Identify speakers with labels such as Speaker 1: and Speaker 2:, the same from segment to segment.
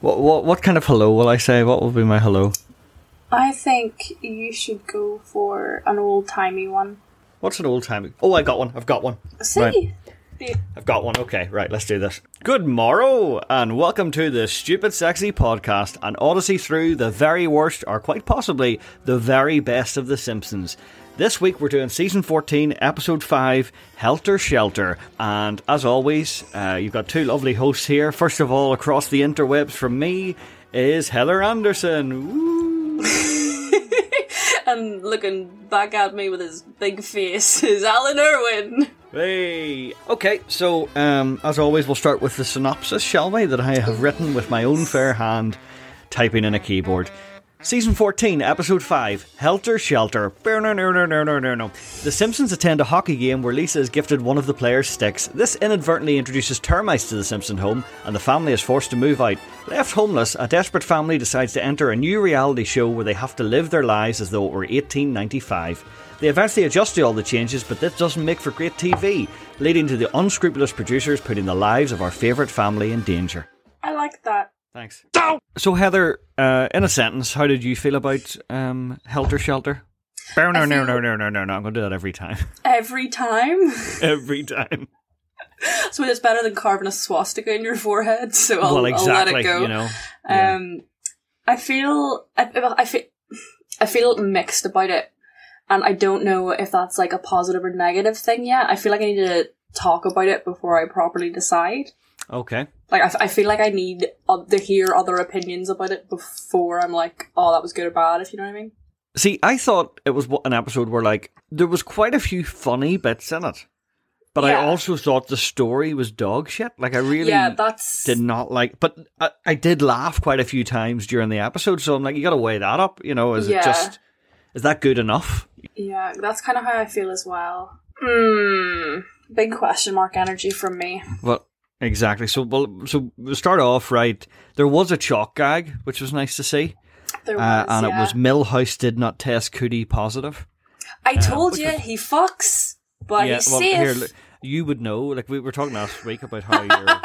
Speaker 1: What, what what kind of hello will I say? What will be my hello?
Speaker 2: I think you should go for an old timey one.
Speaker 1: What's an old time? Oh, I got one. I've got one.
Speaker 2: See?
Speaker 1: Right.
Speaker 2: The-
Speaker 1: I've got one. Okay, right, let's do this. Good morrow, and welcome to the Stupid Sexy Podcast, an odyssey through the very worst, or quite possibly the very best of The Simpsons. This week we're doing season 14, episode 5, Helter Shelter. And as always, uh, you've got two lovely hosts here. First of all, across the interwebs from me is Heather Anderson. Woo!
Speaker 2: And looking back at me with his big face is Alan Irwin.
Speaker 1: Hey. Okay, so um, as always, we'll start with the synopsis, shall we? That I have written with my own fair hand, typing in a keyboard. Season 14, Episode 5 Helter Shelter. The Simpsons attend a hockey game where Lisa is gifted one of the player's sticks. This inadvertently introduces termites to the Simpson home, and the family is forced to move out. Left homeless, a desperate family decides to enter a new reality show where they have to live their lives as though it were 1895. They eventually adjust to all the changes, but this doesn't make for great TV, leading to the unscrupulous producers putting the lives of our favourite family in danger.
Speaker 2: I like that.
Speaker 1: Thanks. So, Heather, uh, in a sentence, how did you feel about um, Helter Shelter? No, no, no, no, no, no, no, no. I'm going to do that every time.
Speaker 2: Every time.
Speaker 1: every time.
Speaker 2: so it's better than carving a swastika in your forehead, so I'll,
Speaker 1: well,
Speaker 2: I'll
Speaker 1: exactly.
Speaker 2: let it go.
Speaker 1: You know. Yeah.
Speaker 2: Um, I feel I, I I feel I feel mixed about it, and I don't know if that's like a positive or negative thing yet. I feel like I need to talk about it before I properly decide.
Speaker 1: Okay.
Speaker 2: Like I, f- I feel like I need o- to hear other opinions about it before I'm like, oh, that was good or bad. If you know what I mean.
Speaker 1: See, I thought it was an episode where, like, there was quite a few funny bits in it, but
Speaker 2: Yeah.
Speaker 1: I also thought the story was dog shit. Like, I really
Speaker 2: yeah, that's
Speaker 1: did not like but I, I did laugh quite a few times during the episode so i'm like you gotta weigh that up you know is
Speaker 2: Yeah.
Speaker 1: it just is that good enough
Speaker 2: yeah, that's kind of how I feel as well. Hmm. Big question mark energy from me.
Speaker 1: well exactly so well so we'll start off right there was a chalk gag which was nice to see
Speaker 2: There
Speaker 1: uh,
Speaker 2: was,
Speaker 1: and
Speaker 2: yeah.
Speaker 1: it was millhouse did not test cootie positive
Speaker 2: I told
Speaker 1: which
Speaker 2: you he fucks, but he's
Speaker 1: well
Speaker 2: safe.
Speaker 1: here look, you would know like we were talking last week about how your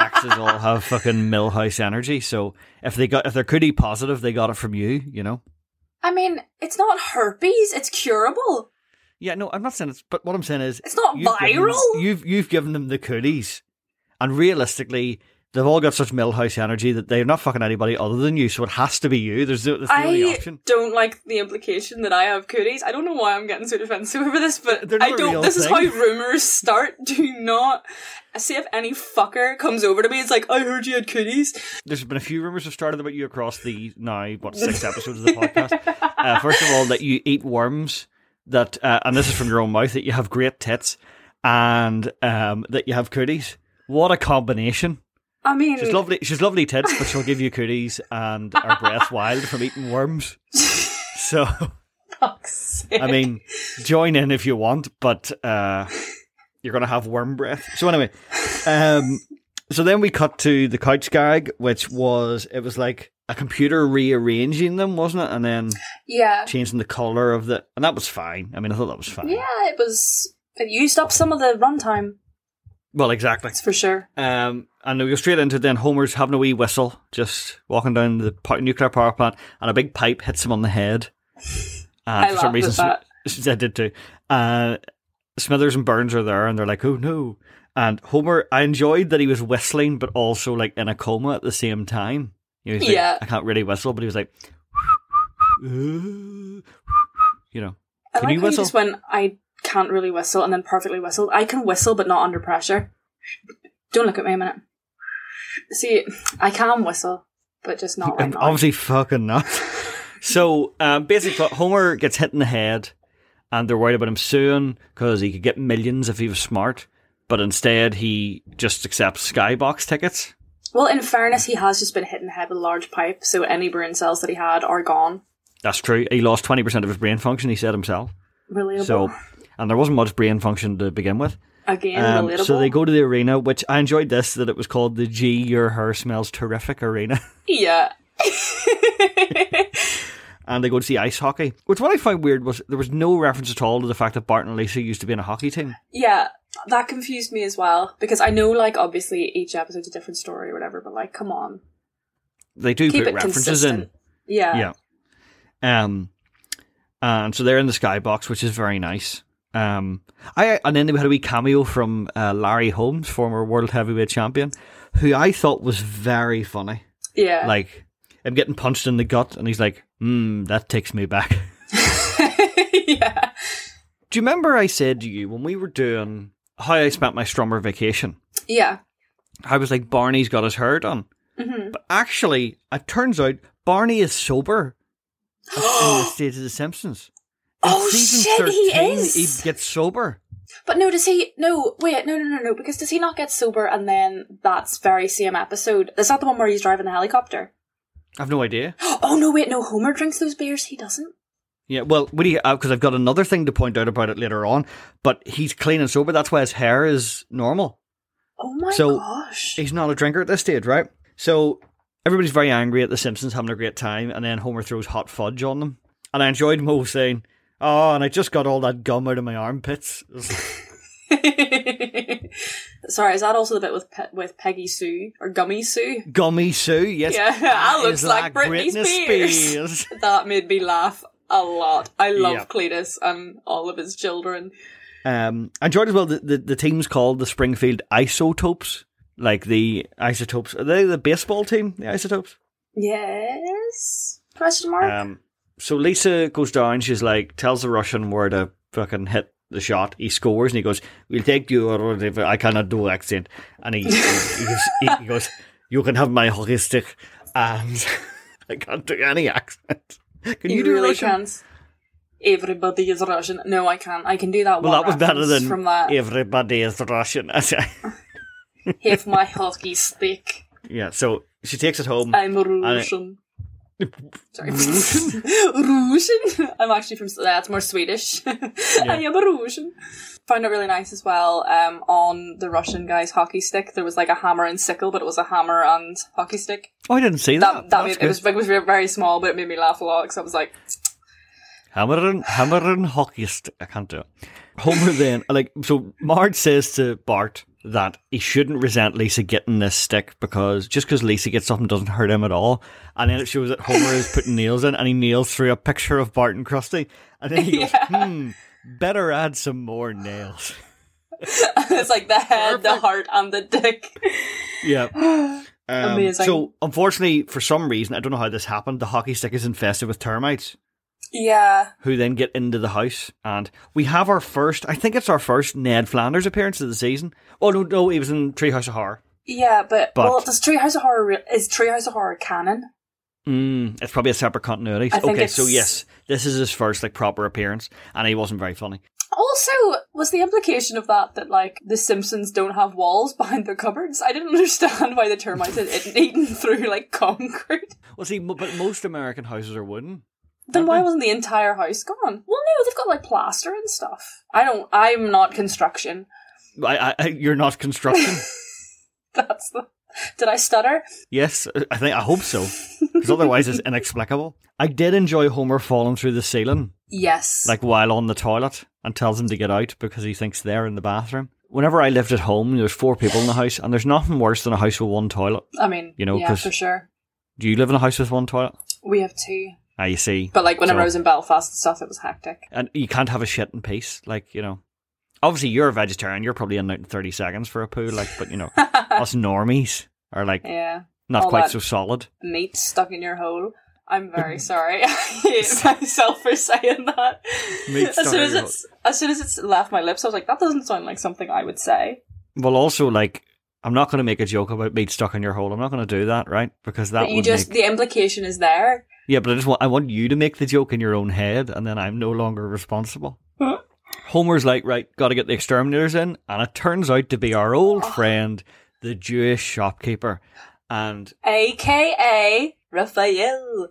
Speaker 1: exes all have fucking millhouse energy so if they got if they're cootie positive they got it from you you know
Speaker 2: I mean, it's not herpes; it's curable.
Speaker 1: Yeah, no, I'm not saying it's. But what I'm saying is,
Speaker 2: It's not
Speaker 1: given
Speaker 2: viral?
Speaker 1: them- you've you've given them the cooties, and realistically, they've all got such millhouse energy that they're not fucking anybody other than you. So it has to be you. There's no, that's the only
Speaker 2: I
Speaker 1: option.
Speaker 2: don't like the implication that I have cooties. I don't know why I'm getting so defensive over this, but
Speaker 1: They're not
Speaker 2: I
Speaker 1: a
Speaker 2: don't.
Speaker 1: real
Speaker 2: This is how
Speaker 1: thing.
Speaker 2: rumors start. Do not see if any fucker comes over to me. It's like I heard you had cooties.
Speaker 1: There's been a few rumors have started about you across the now what six episodes of the podcast. Uh, first of all, that you eat worms. That uh, and this is from your own mouth. That you have great tits, and um, that you have cooties. What a combination!
Speaker 2: I mean,
Speaker 1: She's lovely. She's lovely tits, but she'll give you cooties and her breath wild from eating worms. So
Speaker 2: fuck's sake.
Speaker 1: I mean, join in if you want, but uh, you're gonna have worm breath. So anyway, um, so then we cut to the couch gag, which was it was like a computer rearranging them, wasn't it? And then
Speaker 2: yeah,
Speaker 1: changing the color of the, and that was fine. I mean, I thought that was fine.
Speaker 2: yeah, it was. It used up some of the runtime.
Speaker 1: Well, exactly.
Speaker 2: That's for sure.
Speaker 1: Um, and we go straight into then Homer's having a wee whistle, just walking down the po- nuclear power plant, and a big pipe hits him on the head. And
Speaker 2: I laughed at that.
Speaker 1: Sm- I did too. Uh, Smithers and Burns are there, and they're like, "Oh no!" And Homer, I enjoyed that he was whistling, but also like in a coma at the same time. He was like,
Speaker 2: Yeah.
Speaker 1: I can't really whistle, but he was like, you know,
Speaker 2: I
Speaker 1: Can
Speaker 2: like
Speaker 1: you
Speaker 2: how you
Speaker 1: whistle?
Speaker 2: just went, I can't really whistle, and then perfectly whistled. I can whistle, but not under pressure. Don't look at me a minute. See, I can whistle, but just Oh, not right
Speaker 1: I'm
Speaker 2: now.
Speaker 1: obviously fucking not. so um, basically, Homer gets hit in the head, and they're worried about him suing because he could get millions if he was smart. But instead, he just accepts skybox tickets.
Speaker 2: Well, in fairness, he has just been hit in the head with a large pipe, so any brain cells that he had are gone.
Speaker 1: That's true. He lost twenty percent of his brain function. He said himself.
Speaker 2: Relatable.
Speaker 1: So, and there wasn't much brain function to begin with.
Speaker 2: Again,
Speaker 1: Um,
Speaker 2: relatable.
Speaker 1: so they go to the arena, which I enjoyed this that it was called the G Your Hair Smells Terrific Arena.
Speaker 2: Yeah.
Speaker 1: and they go to see ice hockey. Which what I found weird was there was no reference at all to the fact that Bart and Lisa used to be in a hockey team.
Speaker 2: yeah, that confused me as well, because I know, like, obviously each episode's a different story or whatever, but, like, come on.
Speaker 1: they do
Speaker 2: Keep
Speaker 1: put
Speaker 2: it
Speaker 1: references
Speaker 2: consistent. Uh. Yeah.
Speaker 1: in. Yeah. Um, and so they're in the skybox, which is very nice. Um, I and then we had a wee cameo from uh, Larry Holmes, former world heavyweight champion, who I thought was very funny.
Speaker 2: Yeah.
Speaker 1: Like him getting punched in the gut, and he's like, "Hmm, that takes me back."
Speaker 2: yeah.
Speaker 1: Do you remember I said to you when we were doing how I spent my strummer vacation?
Speaker 2: Yeah.
Speaker 1: I was like, Barney's got his hair done.
Speaker 2: Mhm.
Speaker 1: But actually, it turns out Barney is sober in the state of The Simpsons. In
Speaker 2: Oh, shit, he is.
Speaker 1: He gets sober.
Speaker 2: But no, does he? No, wait, no, no, no, no. Because does he not get sober and then that's very same episode? Is that the one where he's driving the helicopter?
Speaker 1: I've no idea.
Speaker 2: Oh no, wait, no. Homer drinks those beers. He doesn't.
Speaker 1: Yeah, well, what do you? Because I've got another thing to point out about it later on. But he's clean and sober. That's why his hair is normal.
Speaker 2: Oh my
Speaker 1: So,
Speaker 2: gosh.
Speaker 1: He's not a drinker at this stage, right? So everybody's very angry at the Simpsons having a great time, and then Homer throws hot fudge on them. And I enjoyed Mo saying, "Oh, and I just got all that gum out of my armpits." It was like,
Speaker 2: Sorry, is that also the bit with Pe- with Peggy Sue or Gummy Sue?
Speaker 1: Gummy Sue, yes.
Speaker 2: Yeah,
Speaker 1: that
Speaker 2: I looks
Speaker 1: is
Speaker 2: like Britney Spears. That made me laugh a lot. I love
Speaker 1: Yeah.
Speaker 2: Cletus and all of his children.
Speaker 1: Um, I enjoyed as well the, the, the team's called the Springfield Isotopes, like the isotopes. Are they the baseball team, the isotopes?
Speaker 2: Yes? Question mark.
Speaker 1: Um, so Lisa goes down. She's like, tells the Russian where to fucking hit the shot. He scores, and he goes, "We'll take you." Or whatever. I cannot do accent, and he he, gives- he- he goes, "You can have my hockey stick," and I can't do any accent. Can you, do
Speaker 2: really
Speaker 1: Russian?
Speaker 2: can't. Everybody is Russian. No, I can't. I can do that.
Speaker 1: Well,
Speaker 2: one
Speaker 1: that was better
Speaker 2: reference
Speaker 1: than
Speaker 2: from that.
Speaker 1: everybody is Russian.
Speaker 2: Have my hockey stick.
Speaker 1: yeah, so she takes it home.
Speaker 2: I'm Russian. Sorry.
Speaker 1: Russian?
Speaker 2: Russian? I'm actually from, that's more Swedish. I am a Russian. Found it really nice as well um, on the Russian guy's hockey stick. There was like a hammer and sickle, but it was a hammer and hockey stick.
Speaker 1: oh, I didn't see
Speaker 2: That,
Speaker 1: that.
Speaker 2: that,
Speaker 1: That's
Speaker 2: made,
Speaker 1: good.
Speaker 2: it was, it was very small, but it made me laugh a lot because I was like,
Speaker 1: Hammer and hammer and hockey stick. I can't do it. Homer then like so. Marge says to Bart that he shouldn't resent Lisa getting this stick because just because Lisa gets something doesn't hurt him at all. And then it shows that Homer is putting nails in, and he nails through a picture of Bart and Krusty, and then he goes,
Speaker 2: Yeah.
Speaker 1: "Hmm, better add some more nails."
Speaker 2: it's like the head, the
Speaker 1: Perfect.
Speaker 2: heart, and the dick.
Speaker 1: Yeah. Um,
Speaker 2: Amazing.
Speaker 1: So, unfortunately, for some reason, I don't know how this happened. The hockey stick is infested with termites.
Speaker 2: Yeah.
Speaker 1: who then get into the house. And we have our first, I think it's our first Ned Flanders appearance of the season. Oh, no, no, he was in Treehouse of Horror.
Speaker 2: Yeah, but,
Speaker 1: But-
Speaker 2: well, does Treehouse of Horror re- is Treehouse of Horror canon?
Speaker 1: Mm, it's probably a separate continuity.
Speaker 2: I think
Speaker 1: okay, so
Speaker 2: it's-
Speaker 1: yes, this is his first like proper appearance, and he wasn't very funny.
Speaker 2: Also, was the implication of that that like the Simpsons don't have walls behind their cupboards? I didn't understand why the termites had eaten- eaten through like concrete.
Speaker 1: Well, see, mo- but most American houses are wooden.
Speaker 2: Then
Speaker 1: Aren't
Speaker 2: why
Speaker 1: they?
Speaker 2: wasn't the entire house gone? Well, no, they've got like plaster and stuff. I don't. I'm not construction.
Speaker 1: I, I, I- you're not construction.
Speaker 2: That's the. Did I stutter?
Speaker 1: yes, I think I hope so, because otherwise it's inexplicable. I did enjoy Homer falling through the ceiling.
Speaker 2: Yes.
Speaker 1: like while on the toilet and tells him to get out because he thinks they're in the bathroom. Whenever I lived at home, there's four people in the house, and there's nothing worse than a house with one toilet.
Speaker 2: I mean,
Speaker 1: you know,
Speaker 2: yeah,
Speaker 1: 'cause-
Speaker 2: for sure.
Speaker 1: Do you live in a house with one toilet?
Speaker 2: We have two,
Speaker 1: Ah, you see,
Speaker 2: but like whenever
Speaker 1: So-
Speaker 2: I was in Belfast and stuff, it was hectic.
Speaker 1: and you can't have a shit in peace. Like you know, obviously you're a vegetarian. You're probably in and out in thirty seconds for a poo. Like, but you know, us normies are like
Speaker 2: Yeah,
Speaker 1: not
Speaker 2: all
Speaker 1: quite
Speaker 2: that.
Speaker 1: so solid.
Speaker 2: meat stuck in your hole. I'm very sorry. I hate myself for saying that.
Speaker 1: Meat stuck
Speaker 2: as soon
Speaker 1: in
Speaker 2: as
Speaker 1: your
Speaker 2: it's as soon as it's left my lips, I was like, that doesn't sound like something I would say.
Speaker 1: Well, also like. I'm not going to make a joke about meat stuck in your hole. I'm not going to do that, right? Because that
Speaker 2: but you
Speaker 1: would
Speaker 2: just
Speaker 1: make
Speaker 2: the implication is there.
Speaker 1: Yeah, but I just want I want you to make the joke in your own head, and then I'm no longer responsible.
Speaker 2: Huh?
Speaker 1: Homer's like, right, got to get the exterminators in, and it turns out to be our
Speaker 2: Oh.
Speaker 1: old friend, the Jewish shopkeeper, and
Speaker 2: AKA Raphael.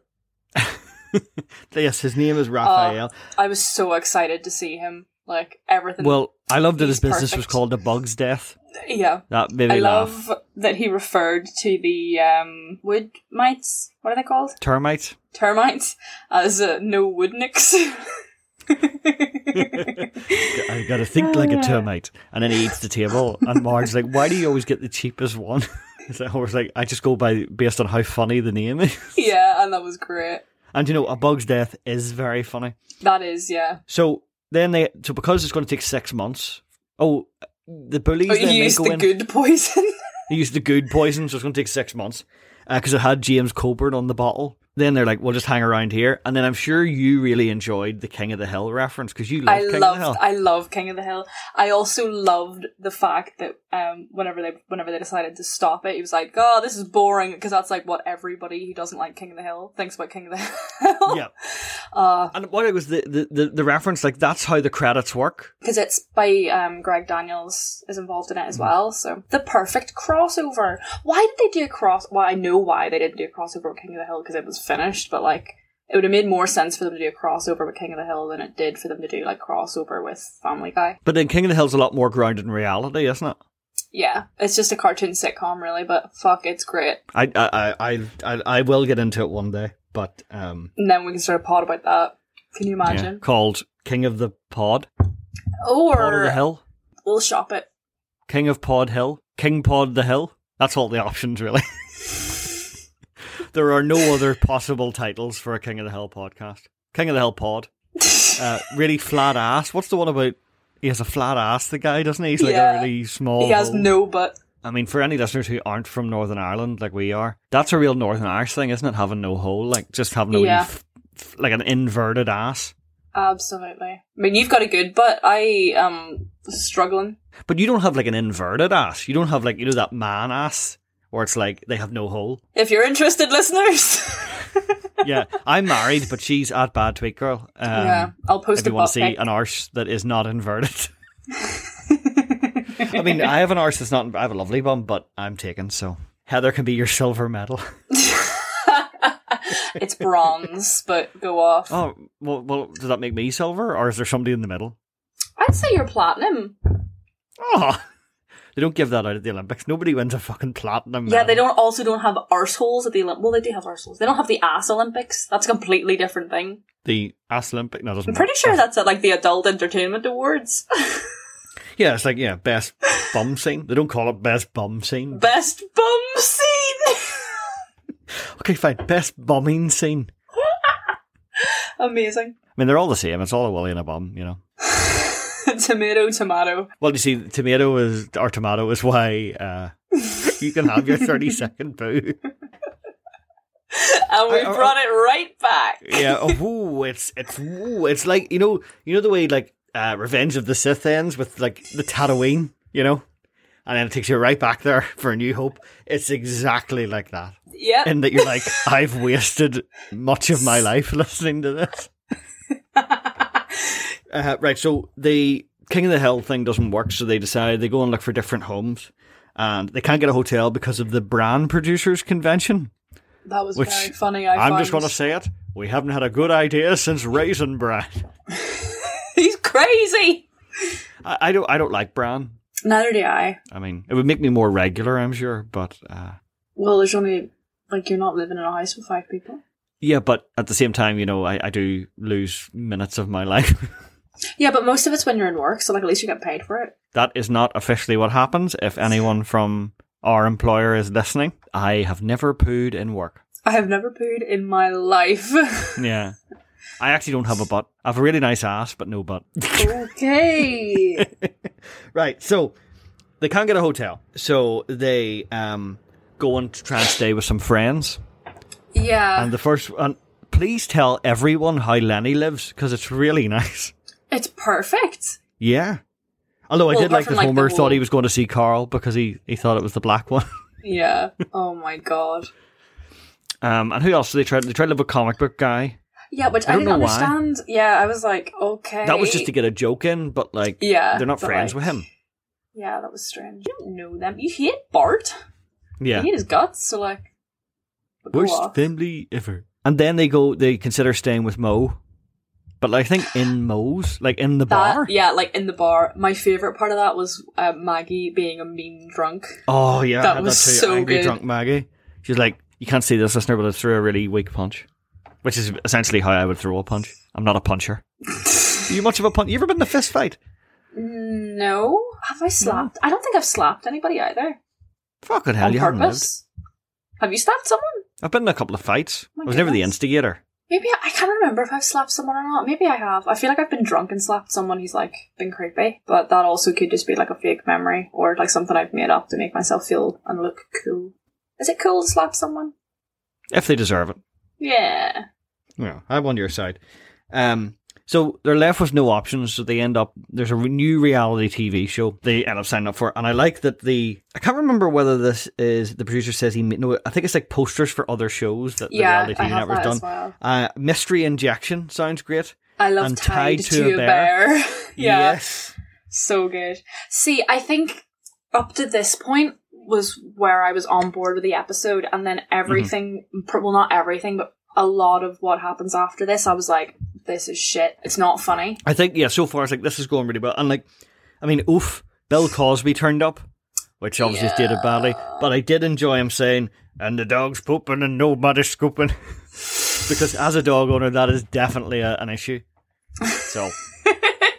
Speaker 1: yes, his name
Speaker 2: Oh,
Speaker 1: is Raphael.
Speaker 2: I was so excited to see him. Like everything
Speaker 1: well, I love that his
Speaker 2: he's
Speaker 1: business was
Speaker 2: perfect.
Speaker 1: called the Bug's Death.
Speaker 2: yeah.
Speaker 1: That made me
Speaker 2: I
Speaker 1: laugh.
Speaker 2: love that he referred to the um, wood mites. What are they called?
Speaker 1: Termites.
Speaker 2: Termites as uh, no woodnicks.
Speaker 1: I gotta think like a termite, and then he eats the table. And Marge's like, "Why do you always get the cheapest one?" It's like, always like I just go by based on how funny the name is.
Speaker 2: Yeah, and that was great.
Speaker 1: And you know, a bug's death is very funny.
Speaker 2: That is, yeah.
Speaker 1: So then they so because it's going to take six months. Oh, the bullies
Speaker 2: But
Speaker 1: then
Speaker 2: Oh, you
Speaker 1: they
Speaker 2: used
Speaker 1: go
Speaker 2: the
Speaker 1: in.
Speaker 2: good poison.
Speaker 1: They used the good poison, so it's going to take six months because it had James Coburn on the bottle. Then they're like, "We'll just hang around here." And then I'm sure you really enjoyed the King of the Hill reference because you love
Speaker 2: I
Speaker 1: King of the
Speaker 2: loved,
Speaker 1: Hill.
Speaker 2: I love King of the Hill. I also loved the fact that um, whenever they, whenever they decided to stop it, he was like, "Oh, this is boring," because that's like what everybody who doesn't like King of the Hill thinks about King of the Hill. Uh,
Speaker 1: yeah, and what it was the, the, the, the reference like that's how the credits work.
Speaker 2: because it's by um, Greg Daniels is involved in it
Speaker 1: Mm.
Speaker 2: as well. So the perfect crossover. Why did they do a cross? Well, I know why they didn't do a crossover with King of the Hill because it was finished, but like it would have made more sense for them to do a crossover with King of the Hill than it did for them to do like crossover with Family Guy.
Speaker 1: But then King of the Hill's a lot more grounded in reality, isn't it?
Speaker 2: Yeah, it's just a cartoon sitcom, really, but fuck, it's great.
Speaker 1: I I I I, I, I will get into it one day, but um,
Speaker 2: And then we can start a pod about that. Can you
Speaker 1: yeah,
Speaker 2: imagine?
Speaker 1: called King of the Pod, Pod of the
Speaker 2: Or
Speaker 1: Hill.
Speaker 2: we'll shop it.
Speaker 1: King of Pod Hill, King Pod the Hill. That's all the options, really. there are no other possible titles for a King of the Hill podcast. King of the Hill Pod. Uh, really flat ass. What's the one about? He has a flat ass, the guy, doesn't he? He's like
Speaker 2: Yeah.
Speaker 1: a really small.
Speaker 2: He has
Speaker 1: hole.
Speaker 2: no but.
Speaker 1: I mean, for any listeners who aren't from Northern Ireland, like we are, that's a real Northern Irish thing, isn't it? Having no hole, like just having a wee
Speaker 2: Yeah.
Speaker 1: f- f- like an inverted ass.
Speaker 2: Absolutely. I mean, you've got a good butt. I am struggling.
Speaker 1: But you don't have like an inverted ass. You don't have like you know that man ass where it's like they have no hole.
Speaker 2: If you're interested, listeners,
Speaker 1: yeah, I'm married, but she's at bad tweet girl. Um,
Speaker 2: yeah, I'll
Speaker 1: If
Speaker 2: post a
Speaker 1: you want to
Speaker 2: butt
Speaker 1: see
Speaker 2: pic.
Speaker 1: an arse that is not inverted, I mean, I have an arse that's not. I have a lovely bum, but I'm taken. So Heather can be your silver medal.
Speaker 2: it's bronze, but go off.
Speaker 1: Oh well, well, does that make me silver, or is there somebody in the middle?
Speaker 2: I'd say you're platinum.
Speaker 1: Oh, they don't give that out at the Olympics. Nobody wins a fucking platinum.
Speaker 2: Yeah, they
Speaker 1: medal.
Speaker 2: don't also don't have arseholes at the Olympics. Well, they do have arseholes. They don't have the ass Olympics. That's a completely different thing.
Speaker 1: The ass Olympic. No, it doesn't.
Speaker 2: I'm pretty
Speaker 1: work.
Speaker 2: sure that's at like the Adult Entertainment Awards.
Speaker 1: Yeah, it's like yeah, best bum scene. They don't call it best bum scene.
Speaker 2: Best bum scene.
Speaker 1: Okay, fine. Best bumming scene.
Speaker 2: Amazing.
Speaker 1: I mean, they're all the same. It's all a willy and a bum, you know.
Speaker 2: tomato, tomato.
Speaker 1: Well, you see, tomato is or tomato is why uh, you can have your thirty second poo.
Speaker 2: And we
Speaker 1: I- I-
Speaker 2: brought it right back.
Speaker 1: Yeah, oh, ooh, it's it's ooh, it's like you know you know the way like uh, Revenge of the Sith ends with like the Tatooine, you know, and then it takes you right back there for a New Hope. It's exactly like that,
Speaker 2: Yep.
Speaker 1: in that you're like, I've wasted much of my life listening to this. Uh, right, so the King of the Hill thing doesn't work, so they decide they go and look for different homes, and they can't get a hotel because of the brand producers convention.
Speaker 2: that was
Speaker 1: Which-
Speaker 2: very funny. I
Speaker 1: I'm
Speaker 2: find.
Speaker 1: just going to say it: we haven't had a good idea since raisin bran.
Speaker 2: he's crazy.
Speaker 1: I, I don't, I don't like bran.
Speaker 2: Neither do I.
Speaker 1: I mean, it would make me more regular, I'm sure, but uh,
Speaker 2: Well, there's only like you're not living in a house with five people.
Speaker 1: yeah. But at the same time, you know, I, I do lose minutes of my life.
Speaker 2: Yeah, but most of it's when you're in work, so like at least you get paid for it.
Speaker 1: that is not officially what happens. If anyone from our employer is listening, I have never pooed in work.
Speaker 2: I have never pooed in my life.
Speaker 1: Yeah. I actually don't have a butt. I have a really nice ass, but no butt.
Speaker 2: okay.
Speaker 1: right. So they can't get a hotel. So they um, go and try and stay with some friends.
Speaker 2: Yeah.
Speaker 1: And the first and please tell everyone how Lenny lives because it's really nice.
Speaker 2: it's perfect.
Speaker 1: Yeah. Although I
Speaker 2: Well,
Speaker 1: did
Speaker 2: apart
Speaker 1: like
Speaker 2: from,
Speaker 1: that
Speaker 2: like, the
Speaker 1: Homer
Speaker 2: whole-
Speaker 1: thought he was going to see Carl because he, he thought it was the black one.
Speaker 2: Yeah. Oh my god.
Speaker 1: Um, and who else? They tried they tried to live with comic book guy.
Speaker 2: Yeah, which
Speaker 1: I
Speaker 2: I,
Speaker 1: don't
Speaker 2: didn't
Speaker 1: know why.
Speaker 2: understand. Yeah, I was like, okay.
Speaker 1: That was just to get a joke in, but like
Speaker 2: Yeah,
Speaker 1: they're not
Speaker 2: but,
Speaker 1: friends
Speaker 2: like-
Speaker 1: with him.
Speaker 2: Yeah, that was strange. You don't know them. You hate Bart.
Speaker 1: Yeah.
Speaker 2: You hate his guts. So like. go
Speaker 1: Worst
Speaker 2: off.
Speaker 1: family ever. And then they go, they consider staying with Mo, but like, I think in Mo's, like in the
Speaker 2: That,
Speaker 1: bar.
Speaker 2: yeah, like in the bar. My favorite part of that was uh, Maggie being a mean drunk.
Speaker 1: Oh yeah,
Speaker 2: That
Speaker 1: I had
Speaker 2: was
Speaker 1: that too.
Speaker 2: so
Speaker 1: Angry
Speaker 2: good.
Speaker 1: drunk Maggie. She's like, you can't see this listener, but I threw a really weak punch, which is essentially how I would throw a punch. I'm not a puncher. you much of a punch? You ever been in a fist fight?
Speaker 2: No, have I slapped? I don't think I've slapped anybody either.
Speaker 1: Fucking hell,
Speaker 2: on
Speaker 1: you haven't lived.
Speaker 2: purpose. Have you stabbed someone?
Speaker 1: I've been in a couple of fights.
Speaker 2: Oh My
Speaker 1: I was never the
Speaker 2: goodness.
Speaker 1: instigator.
Speaker 2: Maybe I, I can't remember if I've slapped someone or not. Maybe I have. I feel like I've been drunk and slapped someone who's like been creepy, but that also could just be like a fake memory or like something I've made up to make myself feel and look cool. Is it cool to slap someone?
Speaker 1: If they deserve it.
Speaker 2: Yeah.
Speaker 1: Yeah, I'm on your side. Um, so they're left with no options, so they end up. There's a re- new reality TV show they end up signing up for, and I like that the. I can't remember whether this is the producer says he made. No, I think it's like posters for other shows that
Speaker 2: yeah,
Speaker 1: the reality
Speaker 2: I
Speaker 1: TV
Speaker 2: have
Speaker 1: network's
Speaker 2: that
Speaker 1: done.
Speaker 2: as well.
Speaker 1: Uh, Mystery Injection sounds great.
Speaker 2: I love
Speaker 1: And
Speaker 2: tied, to, a bear. yeah.
Speaker 1: Yes.
Speaker 2: So good. See, I think up to this point was where I was on board with the episode, and then everything, pr well, not everything, but a lot of what happens after this, I was like, this is shit. It's not funny.
Speaker 1: I think yeah. So far, it's like this is going really well, and like, I mean, oof, Bill Cosby turned up, which obviously is dated badly, but I did enjoy him saying, "And the dog's pooping and nobody's scooping," because as a dog owner, that is definitely a, an issue. So,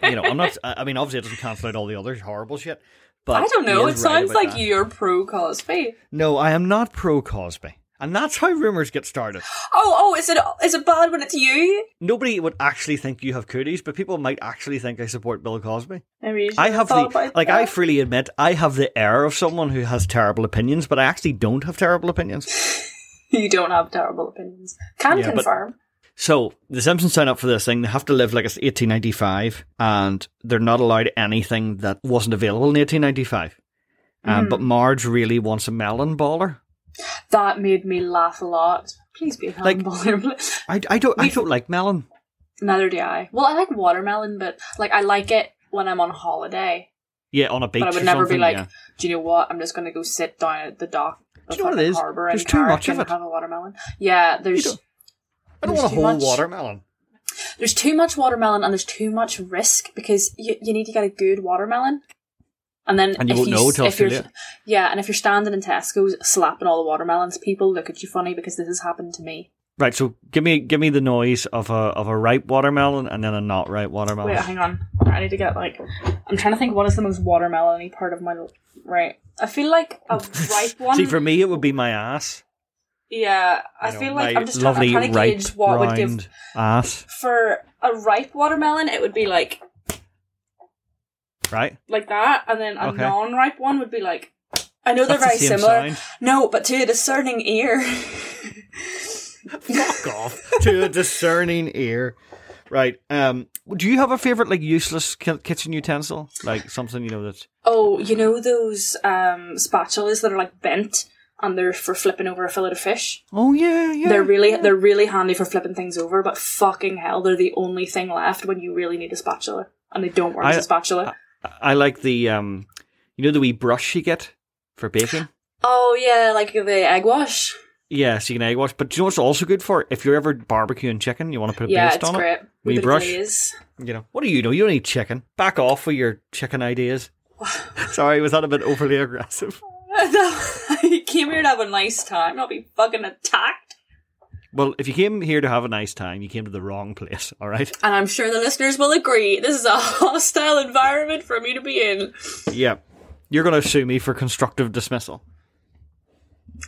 Speaker 1: you know, I'm not. I I mean, obviously, it doesn't cancel out all the other horrible shit. But
Speaker 2: I don't
Speaker 1: he
Speaker 2: know. It
Speaker 1: is right
Speaker 2: sounds
Speaker 1: about
Speaker 2: like
Speaker 1: that.
Speaker 2: you're pro Cosby.
Speaker 1: No, I am not pro Cosby, and that's how rumors get started.
Speaker 2: Oh, oh, is it is it bad when it's you?
Speaker 1: Nobody would actually think you have cooties, but people might actually think I support Bill Cosby.
Speaker 2: Maybe you
Speaker 1: I
Speaker 2: should've
Speaker 1: have
Speaker 2: thought
Speaker 1: the
Speaker 2: about
Speaker 1: like. I
Speaker 2: that.
Speaker 1: freely admit I have the air of someone who has terrible opinions, but I actually don't have terrible opinions.
Speaker 2: you don't have terrible opinions. Can
Speaker 1: Yeah, but-
Speaker 2: confirm.
Speaker 1: So the Simpsons sign up for this thing. They have to live like it's 1895, and they're not allowed anything that wasn't available in 1895. Um,
Speaker 2: Mhm.
Speaker 1: But Marge really wants a melon baller.
Speaker 2: That made me laugh a lot. Please be
Speaker 1: Like-
Speaker 2: humble.
Speaker 1: I, I don't I
Speaker 2: We-
Speaker 1: don't like melon.
Speaker 2: Neither do I. Well, I like watermelon, but like I like it when I'm on holiday.
Speaker 1: Yeah, on a beach.
Speaker 2: but I would
Speaker 1: or
Speaker 2: never
Speaker 1: something,
Speaker 2: be like,
Speaker 1: yeah.
Speaker 2: do you know what? I'm just gonna go sit down at the dock.
Speaker 1: Do you know what it is?
Speaker 2: Harbor
Speaker 1: There's
Speaker 2: and
Speaker 1: too much of
Speaker 2: Carrick and
Speaker 1: it.
Speaker 2: Have a watermelon. Yeah, there's
Speaker 1: don't- I don't
Speaker 2: there's
Speaker 1: want a
Speaker 2: too
Speaker 1: whole
Speaker 2: much-
Speaker 1: watermelon.
Speaker 2: there's too much watermelon and there's too much risk because you, you need to get a good watermelon. And then
Speaker 1: And you
Speaker 2: if
Speaker 1: won't
Speaker 2: you,
Speaker 1: know
Speaker 2: s-
Speaker 1: till
Speaker 2: if you're,
Speaker 1: Australia.
Speaker 2: yeah, and if you're standing in Tesco's slapping all the watermelons, people look at you funny because this has happened to me.
Speaker 1: Right, so give me give me the noise of a of a ripe watermelon and then a not ripe watermelon.
Speaker 2: Wait, hang on. I need to get like. I'm trying to think what is the most watermelony part of my l- right. I feel like a ripe one.
Speaker 1: See, for me, it would be my ass.
Speaker 2: yeah, I
Speaker 1: You know,
Speaker 2: feel like
Speaker 1: my
Speaker 2: I'm just trying, I'm
Speaker 1: lovely
Speaker 2: trying to
Speaker 1: ripe
Speaker 2: gauge what would
Speaker 1: round
Speaker 2: give
Speaker 1: ass,
Speaker 2: for a ripe watermelon. It would be like
Speaker 1: right?
Speaker 2: like that, and then a
Speaker 1: Okay.
Speaker 2: non-ripe one would be like. I know they're very
Speaker 1: That's the same
Speaker 2: similar.
Speaker 1: sound.
Speaker 2: No, but to a discerning ear.
Speaker 1: Fuck off to a discerning ear, right? Um, do you have a favorite like useless ki- kitchen utensil, like something you know that's
Speaker 2: oh, you know those um, spatulas that are like bent and they're for flipping over a fillet of fish.
Speaker 1: Oh yeah, yeah.
Speaker 2: They're really they're really handy for flipping things over, but fucking hell, they're the only thing left when you really need a spatula, and they don't work
Speaker 1: I-
Speaker 2: as
Speaker 1: uh,
Speaker 2: a spatula.
Speaker 1: I like the um, you know the wee brush you get for baking.
Speaker 2: oh yeah, like the egg wash.
Speaker 1: Yeah, so you can egg wash. But do you know what's also good for? If you're ever barbecuing chicken, you want to put a
Speaker 2: yeah,
Speaker 1: paste
Speaker 2: it's
Speaker 1: on
Speaker 2: great.
Speaker 1: We
Speaker 2: Bit of
Speaker 1: brush.
Speaker 2: glaze.
Speaker 1: it. You know what do you know? You don't need chicken. Back off with your chicken ideas. Sorry, was that a bit overly aggressive?
Speaker 2: you came here to have a nice time, not be fucking attacked.
Speaker 1: Well, if you came here to have a nice time, you came to the wrong place, all right?
Speaker 2: And I'm sure the listeners will agree. This is a hostile environment for me to be in.
Speaker 1: Yeah. You're going to sue me for constructive dismissal.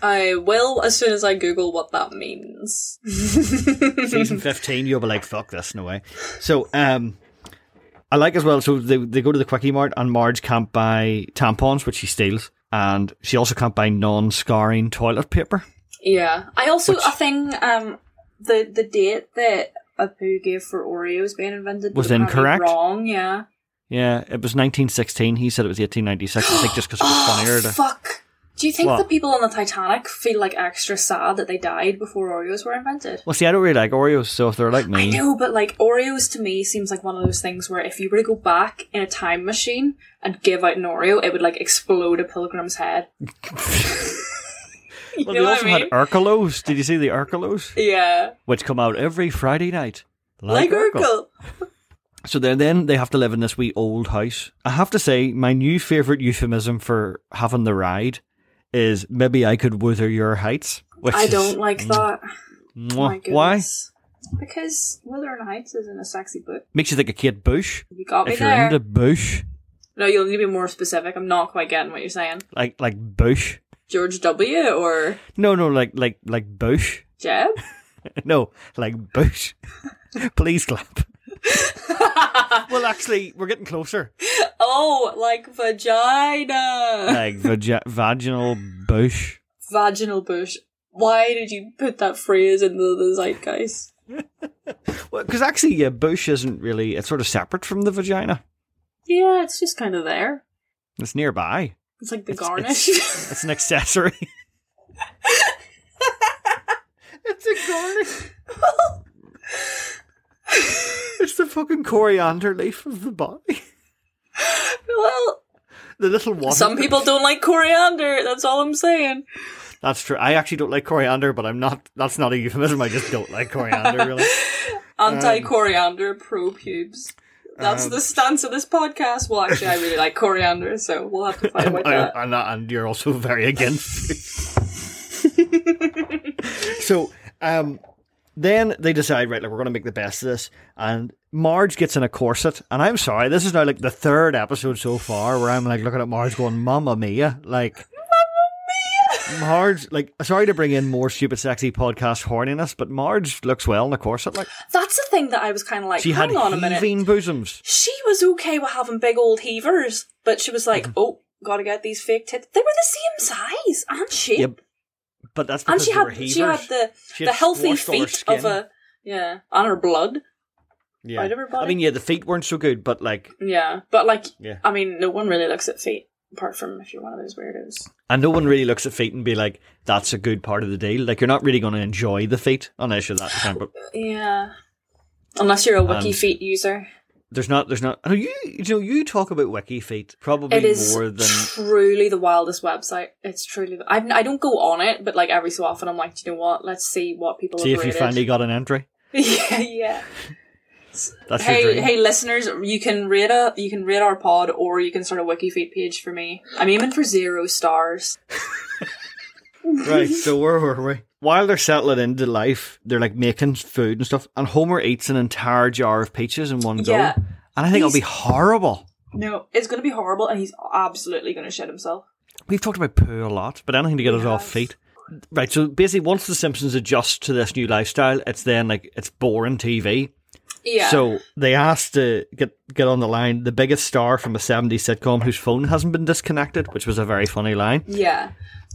Speaker 2: I will as soon as I Google what that means.
Speaker 1: Season 15, you'll be like, fuck this, no way. So, um, I like as well, so they, they go to the Quickie Mart and Marge can't buy tampons, which she steals, and she also can't buy non scarring toilet paper.
Speaker 2: Yeah, I also
Speaker 1: Which-
Speaker 2: a thing. Um, the the date that Apu gave for Oreos being invented
Speaker 1: Was
Speaker 2: apparently
Speaker 1: incorrect?
Speaker 2: Wrong. Yeah.
Speaker 1: Yeah, it was 1916. He said it was 1896. I think just because it was funnier.
Speaker 2: Oh,
Speaker 1: To,
Speaker 2: fuck. Do you think
Speaker 1: What?
Speaker 2: the people on the Titanic feel like extra sad that they died before Oreos were invented?
Speaker 1: well, see, I don't really like Oreos, so if they're like
Speaker 2: I
Speaker 1: me,
Speaker 2: know, but like Oreos to me seems like one of those things where if you were to go back in a time machine and give out an Oreo, it would like explode a pilgrim's head. you
Speaker 1: well,
Speaker 2: know
Speaker 1: they
Speaker 2: what I
Speaker 1: also
Speaker 2: mean?
Speaker 1: had Urkelos. Did you see the Urkelos?
Speaker 2: yeah,
Speaker 1: Which come out every Friday night.
Speaker 2: like, Urkel.
Speaker 1: So then, then they have to live in this wee old house. I have to say, my new favourite euphemism for having the ride is maybe I could wither your heights. Which
Speaker 2: I
Speaker 1: is-
Speaker 2: don't like that.
Speaker 1: Mwah.
Speaker 2: My
Speaker 1: Why?
Speaker 2: goodness. Because Wuthering Heights isn't a sexy book.
Speaker 1: Makes you think of Kate Bush.
Speaker 2: You got me
Speaker 1: if you're
Speaker 2: there.
Speaker 1: into Bush,
Speaker 2: no, you'll need to be more specific. I'm not quite getting what you're saying.
Speaker 1: like like Bush,
Speaker 2: George W. or
Speaker 1: No, no, like like like Bush.
Speaker 2: Jeb?
Speaker 1: No, like Bush. Please clap. Well, actually, we're getting closer.
Speaker 2: oh, like vagina.
Speaker 1: Like vagi- vaginal Bush.
Speaker 2: Vaginal bush. Why did you put that phrase into the zeitgeist?
Speaker 1: Well, because actually, yeah, Bush isn't really. It's sort of separate from the vagina.
Speaker 2: Yeah, it's just kind of there.
Speaker 1: It's nearby.
Speaker 2: It's like the
Speaker 1: It's-
Speaker 2: garnish.
Speaker 1: It's, it's an accessory. it's a garnish. it's the fucking coriander leaf of the body.
Speaker 2: well,
Speaker 1: The little water.
Speaker 2: some people don't like coriander. That's all I'm saying.
Speaker 1: That's true. I actually don't like coriander, but I'm not. That's not a euphemism. I just don't like coriander, really.
Speaker 2: Anti coriander, pro pubes. That's
Speaker 1: um,
Speaker 2: the stance of this podcast. Well, actually, I really like coriander, so we'll have to fight about that.
Speaker 1: and, and you're also very against. so, um, then they decide, right, like, we're going to make the best of this. And Marge gets in a corset. And I'm sorry, this is now like the third episode so far where I'm like looking at Marge going, Mamma Mia. Like, Marge, like, sorry to bring in more stupid, sexy podcast horniness, but Marge looks well in a corset. Like,
Speaker 2: That's the thing that I was kind of like,
Speaker 1: she
Speaker 2: hang
Speaker 1: had
Speaker 2: on a minute.
Speaker 1: heaving bosoms.
Speaker 2: She was okay with having big old heavers, but she was like,
Speaker 1: Mm-hmm.
Speaker 2: oh, gotta get these fake tits. They were the same size and shape.
Speaker 1: Yep, But that's
Speaker 2: and
Speaker 1: because
Speaker 2: she
Speaker 1: they were
Speaker 2: had, she had
Speaker 1: heavers.
Speaker 2: the,
Speaker 1: She had
Speaker 2: the healthy
Speaker 1: squashed all her
Speaker 2: feet of
Speaker 1: skin.
Speaker 2: a. Yeah, and her blood.
Speaker 1: Yeah.
Speaker 2: out of her
Speaker 1: I mean, yeah, the feet weren't so good, but like,
Speaker 2: Yeah, but like,
Speaker 1: yeah.
Speaker 2: I mean, no one really looks at feet apart from if you're one of those weirdos.
Speaker 1: And no one really looks at feet and be like, that's a good part of the deal. Like, you're not really going to enjoy the feet unless you're that kind of.
Speaker 2: Yeah. Unless you're a wiki
Speaker 1: And-
Speaker 2: feet user.
Speaker 1: There's not, there's not. I know you, you know, you talk about wiki feet probably
Speaker 2: it is
Speaker 1: more than.
Speaker 2: truly the wildest website. It's truly. The, I, I don't go on it, but like every so often, I'm like, do you know what? Let's see what people
Speaker 1: See
Speaker 2: have
Speaker 1: if you
Speaker 2: rated."
Speaker 1: finally got an entry.
Speaker 2: yeah, yeah.
Speaker 1: That's your
Speaker 2: Hey,
Speaker 1: dream.
Speaker 2: hey, listeners, you can rate a you can rate our pod, or you can start a wiki feet page for me. I'm aiming for zero stars.
Speaker 1: Right, so where were we? While they're settling into life, they're like making food and stuff, and Homer eats an entire jar of peaches in one
Speaker 2: Yeah.
Speaker 1: go. And I think it'll be
Speaker 2: He's-
Speaker 1: horrible.
Speaker 2: No, it's gonna be horrible, and he's absolutely gonna shit himself.
Speaker 1: We've talked about poo a lot, but anything to get us off
Speaker 2: Yes.
Speaker 1: feet. Right, so basically, once the Simpsons adjust to this new lifestyle, it's then like it's boring TV.
Speaker 2: Yeah.
Speaker 1: So they asked to get get on the line the biggest star from a 70s sitcom whose phone hasn't been disconnected, which was a very funny line.
Speaker 2: yeah.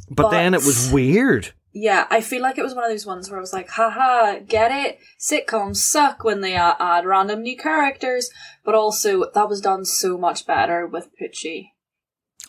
Speaker 1: But,
Speaker 2: But-
Speaker 1: then it was weird.
Speaker 2: Yeah, I feel like it was one of those ones where I was like, haha, get it? Sitcoms suck when they uh, add random new characters. But also, that was done so much better with Poochie.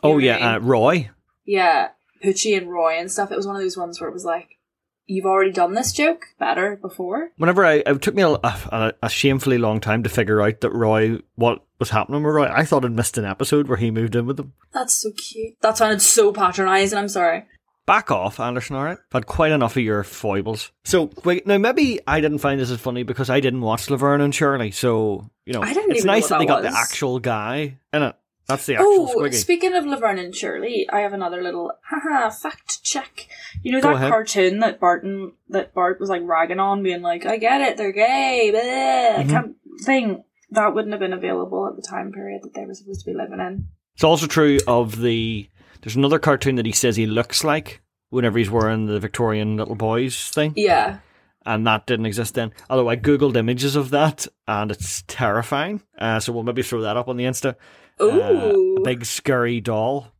Speaker 1: Oh
Speaker 2: You're
Speaker 1: yeah,
Speaker 2: right.
Speaker 1: uh, Roy.
Speaker 2: Yeah, Poochie and Roy and stuff. It was one of those ones where it was like, you've already done this joke better before.
Speaker 1: Whenever I it took me a, a, a shamefully long time to figure out that Roy what was happening with Roy. I thought I'd missed an episode where he moved in with them.
Speaker 2: That's so cute. That sounded so patronizing, I'm sorry.
Speaker 1: Back off, Anderson, alright? I've had quite enough of your foibles. So, wait, now maybe I didn't find this as funny because I didn't watch Laverne and Shirley, so, you know,
Speaker 2: I didn't
Speaker 1: it's
Speaker 2: even know
Speaker 1: nice
Speaker 2: what
Speaker 1: that they
Speaker 2: that
Speaker 1: got the
Speaker 2: was.
Speaker 1: actual guy in it. That's the actual
Speaker 2: Oh,
Speaker 1: squiggy.
Speaker 2: speaking of Laverne and Shirley, I have another little haha fact check. You know
Speaker 1: Go
Speaker 2: that
Speaker 1: ahead.
Speaker 2: cartoon that Barton that Bart was like ragging on, being like, "I get it, they're gay," bleh,
Speaker 1: Mhm.
Speaker 2: can't thing that wouldn't have been available at the time period that they were supposed to be living in.
Speaker 1: It's also true of the. There's another cartoon that he says he looks like whenever he's wearing the Victorian little boys thing,
Speaker 2: Yeah,
Speaker 1: and that didn't exist then. Although I googled images of that, and it's terrifying. Uh, so we'll maybe throw that up on the Insta. Uh,
Speaker 2: Ooh.
Speaker 1: a big scurry doll.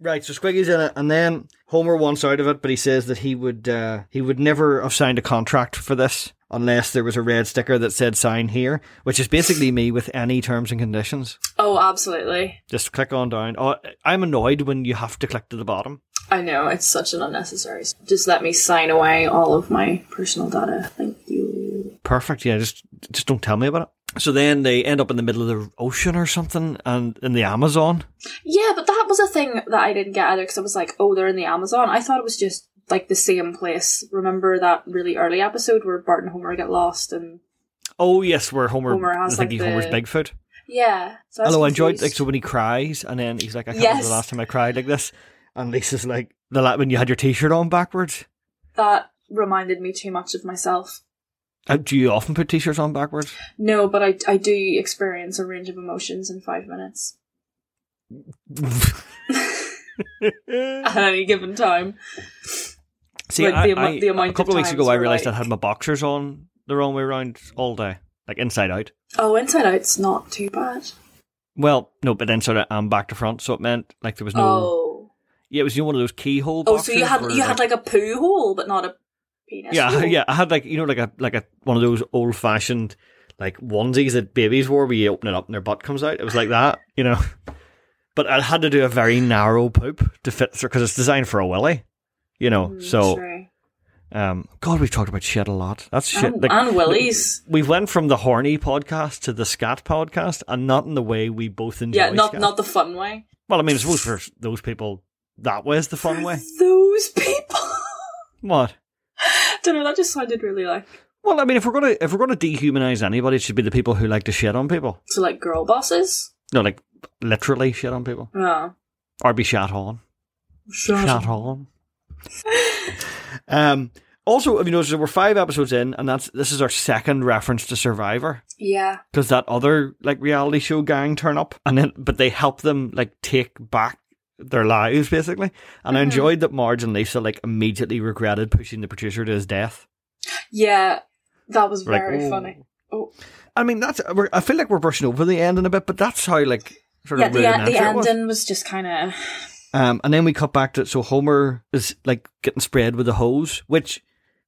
Speaker 1: Right, so Squiggy's in it, and then Homer wants out of it, but he says that he would uh, he would never have signed a contract for this unless there was a red sticker that said "sign here," which is basically me with any terms and conditions.
Speaker 2: oh, absolutely.
Speaker 1: Just click on down. Oh, I'm annoyed when you have to click to the bottom.
Speaker 2: I know it's such an unnecessary. Just let me sign away all of my personal data. Thank you.
Speaker 1: Perfect. Yeah, just just don't tell me about it. So then they end up in the middle of the ocean or something, and in the Amazon.
Speaker 2: Yeah, but that was a thing that I didn't get either because I was like, oh, they're in the Amazon. I thought it was just like the same place. Remember that really early episode where Bart and Homer get lost and
Speaker 1: Oh yes, where Homer.
Speaker 2: Homer
Speaker 1: I
Speaker 2: has,
Speaker 1: think
Speaker 2: like,
Speaker 1: he- Homer's
Speaker 2: the-
Speaker 1: Bigfoot.
Speaker 2: yeah. So was
Speaker 1: Although I enjoyed like
Speaker 2: confused.
Speaker 1: so when he cries, and then he's like, "I can't remember
Speaker 2: Yes.
Speaker 1: the last time I cried like this." And Lisa's like, "The la- when you had your T-shirt on backwards."
Speaker 2: that reminded me too much of myself.
Speaker 1: Uh, do you often put T-shirts on backwards?
Speaker 2: No, but I I do experience a range of emotions in five minutes. at any given time.
Speaker 1: See,
Speaker 2: Like,
Speaker 1: I,
Speaker 2: the amo-
Speaker 1: I-
Speaker 2: the amount
Speaker 1: a
Speaker 2: of
Speaker 1: couple of weeks
Speaker 2: times
Speaker 1: ago, I
Speaker 2: where,
Speaker 1: realized
Speaker 2: like-
Speaker 1: I had my boxers on the wrong way around all day, like inside out.
Speaker 2: Oh, Inside Out's not too bad.
Speaker 1: Well, no, but inside out and um, back to front, so it meant like there was no.
Speaker 2: Oh,
Speaker 1: Yeah, it was you know, one of those keyhole.
Speaker 2: oh,
Speaker 1: Boxers
Speaker 2: so you had
Speaker 1: where,
Speaker 2: you had like a poo hole, but not a penis.
Speaker 1: Yeah,
Speaker 2: hole.
Speaker 1: yeah. I had like you know like a like a one of those old fashioned like onesies that babies wore where you open it up and their butt comes out. It was like that, you know. But I had to do a very narrow poop to fit through because it's designed for a willy, you know.
Speaker 2: Mm,
Speaker 1: so,
Speaker 2: true.
Speaker 1: um, God, we've talked about shit a lot. That's shit.
Speaker 2: and,
Speaker 1: like,
Speaker 2: Oh, and willies.
Speaker 1: we went from the horny podcast to the scat podcast, and not in the way we both enjoy.
Speaker 2: Yeah, not
Speaker 1: scat.
Speaker 2: not the fun way.
Speaker 1: Well, I mean, I suppose for those people, that was the fun way.
Speaker 2: Those people.
Speaker 1: What?
Speaker 2: Don't know. That just sounded really like
Speaker 1: Well, I mean, if we're gonna if we're gonna dehumanize anybody, it should be the people who like to shit on people.
Speaker 2: so like girl bosses.
Speaker 1: No, like literally shit on people.
Speaker 2: Oh,
Speaker 1: Or be shat on.
Speaker 2: shut
Speaker 1: Shat on. um, also, if you notice, we're five episodes in, and that's this is our second reference to Survivor
Speaker 2: Yeah.
Speaker 1: because that other like reality show gang turn up, and then but they help them like take back their lives basically. And I
Speaker 2: Mhm.
Speaker 1: enjoyed that Marge and Lisa like immediately regretted pushing the producer to his death.
Speaker 2: Yeah, that was
Speaker 1: Like,
Speaker 2: very
Speaker 1: "Oh."
Speaker 2: funny. Oh.
Speaker 1: I mean, that's we're, I feel like we're brushing over the ending a bit, but that's how like sort
Speaker 2: Yeah,
Speaker 1: of rude and
Speaker 2: the, the
Speaker 1: unfair it was.
Speaker 2: ending was just kind of
Speaker 1: Um, and then we cut back to so Homer is like getting sprayed with the hose, which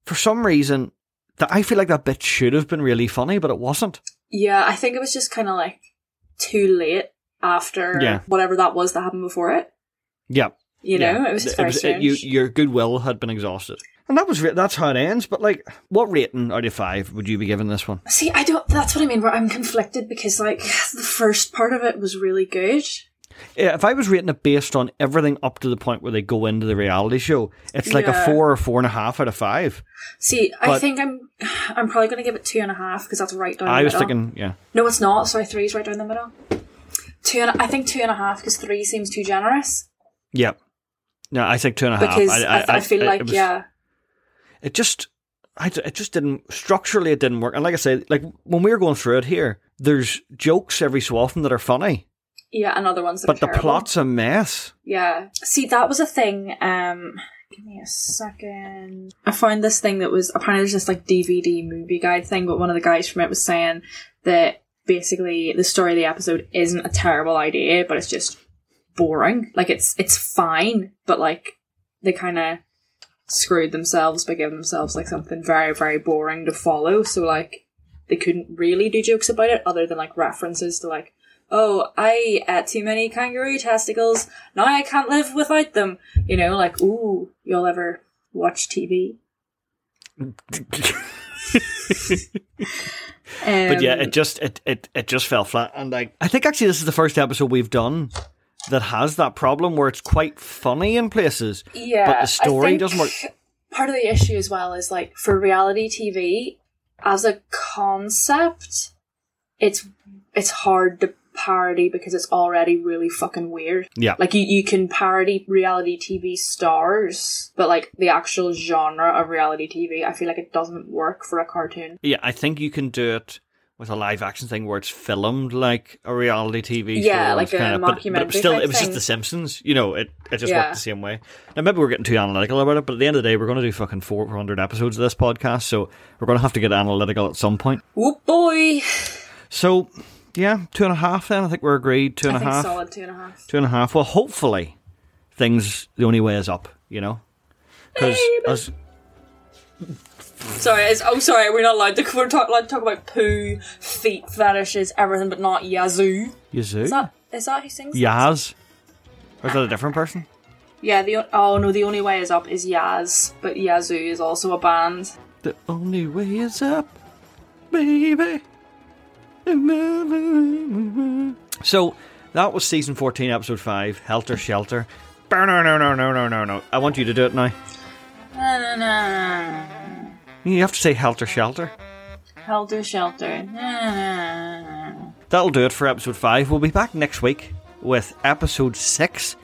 Speaker 1: for some reason that I feel like that bit should have been really funny, but it wasn't.
Speaker 2: yeah. I think it was just kind of like too late after
Speaker 1: Yeah.
Speaker 2: whatever that was that happened before it.
Speaker 1: Yeah,
Speaker 2: You know, it was just very
Speaker 1: it- uh,
Speaker 2: strange.
Speaker 1: you, your goodwill had been exhausted, and that was re- that's how it ends. But like, what rating out of five would you be giving this one?
Speaker 2: See, I don't. That's what I mean. Where I'm conflicted because like the first part of it was really good.
Speaker 1: Yeah, If I was rating it based on everything up to the point where they go into the reality show, it's like a
Speaker 2: Yeah.
Speaker 1: four or four and a half out of five.
Speaker 2: See, I
Speaker 1: But-
Speaker 2: think I'm I'm probably going to give it two and a half because that's right down.
Speaker 1: I
Speaker 2: the
Speaker 1: was
Speaker 2: middle.
Speaker 1: thinking, yeah,
Speaker 2: No, it's not. Sorry, three is right down the middle. Two and I think two and a half because three seems too generous.
Speaker 1: yeah. No, I think two and a half.
Speaker 2: Because I, th- I, feel
Speaker 1: it
Speaker 2: like
Speaker 1: was-
Speaker 2: yeah,
Speaker 1: it just I, d- it just didn't structurally it didn't work and like i said like when we were going through it here there's jokes every so often that are funny
Speaker 2: yeah, and other ones that
Speaker 1: but
Speaker 2: are
Speaker 1: the
Speaker 2: terrible.
Speaker 1: plot's a mess
Speaker 2: Yeah. See, that was a thing. Um, give me a second. I found this thing that was apparently there's this like DVD movie guide thing, but one of the guys from it was saying that basically the story of the episode isn't a terrible idea, but it's just boring. Like it's it's fine, but like they kind of screwed themselves by giving themselves like something very very boring to follow. So like they couldn't really do jokes about it other than like references to like oh, I ate too many kangaroo testicles. Now I can't live without them. You know, like, ooh, you'll ever watch TV. Um,
Speaker 1: but yeah it just it, it it just fell flat and like i think actually this is the first episode we've done that has that problem where it's quite funny in places
Speaker 2: yeah,
Speaker 1: but the story
Speaker 2: I think
Speaker 1: doesn't work.
Speaker 2: Part of the issue as well is like for reality TV, as a concept, it's it's hard to parody because it's already really fucking weird.
Speaker 1: yeah
Speaker 2: Like you, you can parody reality TV stars, but like the actual genre of reality TV, I feel like it doesn't work for a cartoon.
Speaker 1: yeah i think you can do it with a live action thing where it's filmed like a reality TV show.
Speaker 2: Yeah,
Speaker 1: and
Speaker 2: like
Speaker 1: it's kinda-
Speaker 2: a
Speaker 1: but- But, it
Speaker 2: mockumentary
Speaker 1: was still,
Speaker 2: type
Speaker 1: it was just
Speaker 2: thing.
Speaker 1: The Simpsons. You know, it, it just
Speaker 2: Yeah.
Speaker 1: worked the same way. Now, maybe we're getting too analytical about it, but at the end of the day, we're going to do fucking 400 episodes of this podcast, so we're going to have to get analytical at some point.
Speaker 2: Whoop boy!
Speaker 1: So, yeah, two and a half then. I think we're agreed. Two and
Speaker 2: I
Speaker 1: a
Speaker 2: think
Speaker 1: half.
Speaker 2: solid two and a half.
Speaker 1: Two and a half. Well, hopefully, things, the only way is up, you know? Because
Speaker 2: Baby.
Speaker 1: as
Speaker 2: Sorry, it's, oh sorry, we're not allowed to we're talk, allowed to talk about poo, feet fetishes, everything, but not Yazoo.
Speaker 1: Yazoo,
Speaker 2: Is that is that who sings?
Speaker 1: Yaz, or is that a different person?
Speaker 2: Yeah. The on- oh no, the only way is up is Yaz, but Yazoo is also a band.
Speaker 1: The only way is up, baby. So that was season 14, episode 5, Helter Shelter. No, no, no, no, no, no, no. I want you to do it now.
Speaker 2: Na na na.
Speaker 1: You have to say Helter Shelter.
Speaker 2: Helter shelter. Na na na. na.
Speaker 1: That'll do it for episode 5. We'll be back next week with episode 6,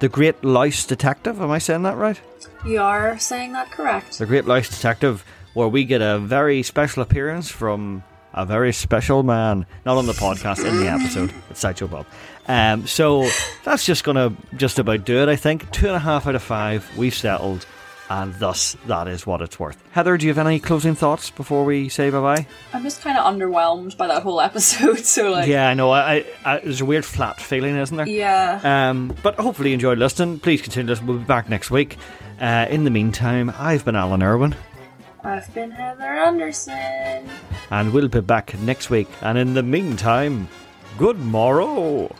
Speaker 1: The Great Louse Detective. Am I saying that right?
Speaker 2: You are saying that correct.
Speaker 1: The Great Louse Detective, where we get a very special appearance from a very special man. Not on the podcast, in the episode. It's Sideshow Bob. Um, so that's just gonna just about do it. I think two and a half out of five. We've settled, and thus that is what it's worth. Heather, do you have any closing thoughts before we say bye bye?
Speaker 2: I'm just kind of underwhelmed by that whole episode. So like,
Speaker 1: Yeah, I know. I, I, I there's a weird flat feeling, isn't there?
Speaker 2: yeah.
Speaker 1: Um, but hopefully you enjoyed listening. Please continue listening. We'll be back next week. Uh, in the meantime, I've been Alan Irwin,
Speaker 2: I've been Heather Anderson.
Speaker 1: and we'll be back next week. And in the meantime, good morrow.